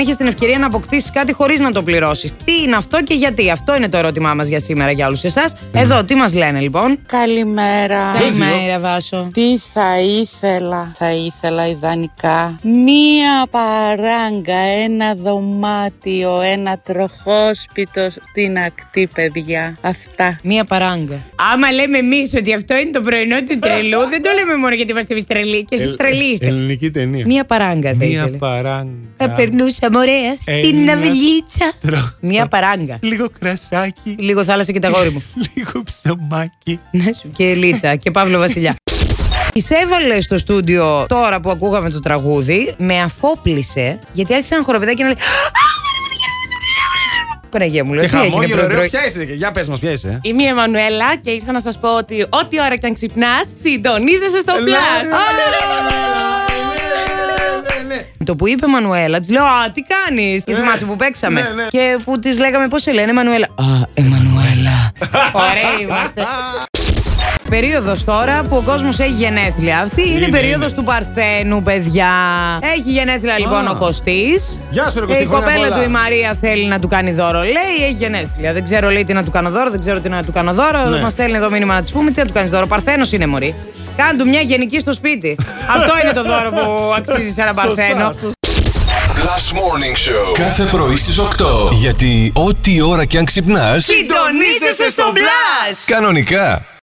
Είχες την ευκαιρία να αποκτήσεις κάτι χωρίς να το πληρώσεις. Τι είναι αυτό και γιατί, αυτό είναι το ερώτημά μας για σήμερα για όλους εσάς. Εδώ, τι μας λένε λοιπόν. Καλημέρα. Καλημέρα, Βάσο. Τι θα ήθελα, θα ήθελα ιδανικά μία παράγκα, ένα δωμάτιο, ένα τροχόσπιτο στην ακτή, παιδιά. Αυτά. Μία παράγκα. Άμα λέμε εμείς ότι αυτό είναι το πρωινό του τρελού, δεν το λέμε μόνο γιατί είμαστε εμείς τρελοί και εσείς Ελ- τρελοί είστε. Ελληνική ταινία. Μία παράγκα θα Μία ήθελε. παράγκα. Θα περνούσαμε ωραία στην Ένα- αυλίτσα. Τρώω Μία παράγκα. Λίγο κρασάκι, Λίγο θάλασσα και τα γόρι μου. λίγο ψωμάκι. Ναι, σου και Λίτσα και Παύλο Βασιλιά. Εισέβαλε στο στούντιο τώρα που ακούγαμε το τραγούδι, με αφόπλησε, γιατί άρχισε ένα χοροπηδάκι να λέει. «Α, Παναγία μου, λέω. Και τι έγινε χαμόγελο, πρώτο ωραίο. πρωί?» Ποια είσαι, για πες μας, ποια είσαι. Είμαι η Εμμανουέλα και ήρθα να σας πω ότι ό,τι ώρα και αν ξυπνάς, συντονίζεσαι στο πλάσ. Το που είπε Μανουέλα, της λέω Α, τι κάνεις. Και Ναι. θυμάσαι που παίξαμε. Ναι, ναι. Και που της λέγαμε πώς σε λένε, Μανουέλα. Α, Εμμανουέλα. Ωραία είμαστε. Περίοδος τώρα που ο κόσμος έχει γενέθλια. Αυτή είναι, η Είναι, περίοδος είναι. του Παρθένου, παιδιά. Έχει γενέθλια λοιπόν ο Κωστής Γεια σου, ρε Και Κωστή, η χρόνια κοπέλα πολλά. του η Μαρία θέλει να του κάνει δώρο. Λέει έχει γενέθλια. Δεν ξέρω λέει τι να του κάνω δώρο, δεν ξέρω τι να του κάνω δώρο. Ναι. Μας στέλνει εδώ μήνυμα να της πούμε τι να του κάνεις δώρο. Παρθένος είναι μωρή. Κάντου μια γενική στο σπίτι. Αυτό είναι το δώρο που αξίζει σε ένα παρθένο. Last Morning Show. Κάθε πρωί στις 8. Γιατί ό,τι ώρα κι αν ξυπνάς, Συντονίζεσαι στο μπλα! κανονικά.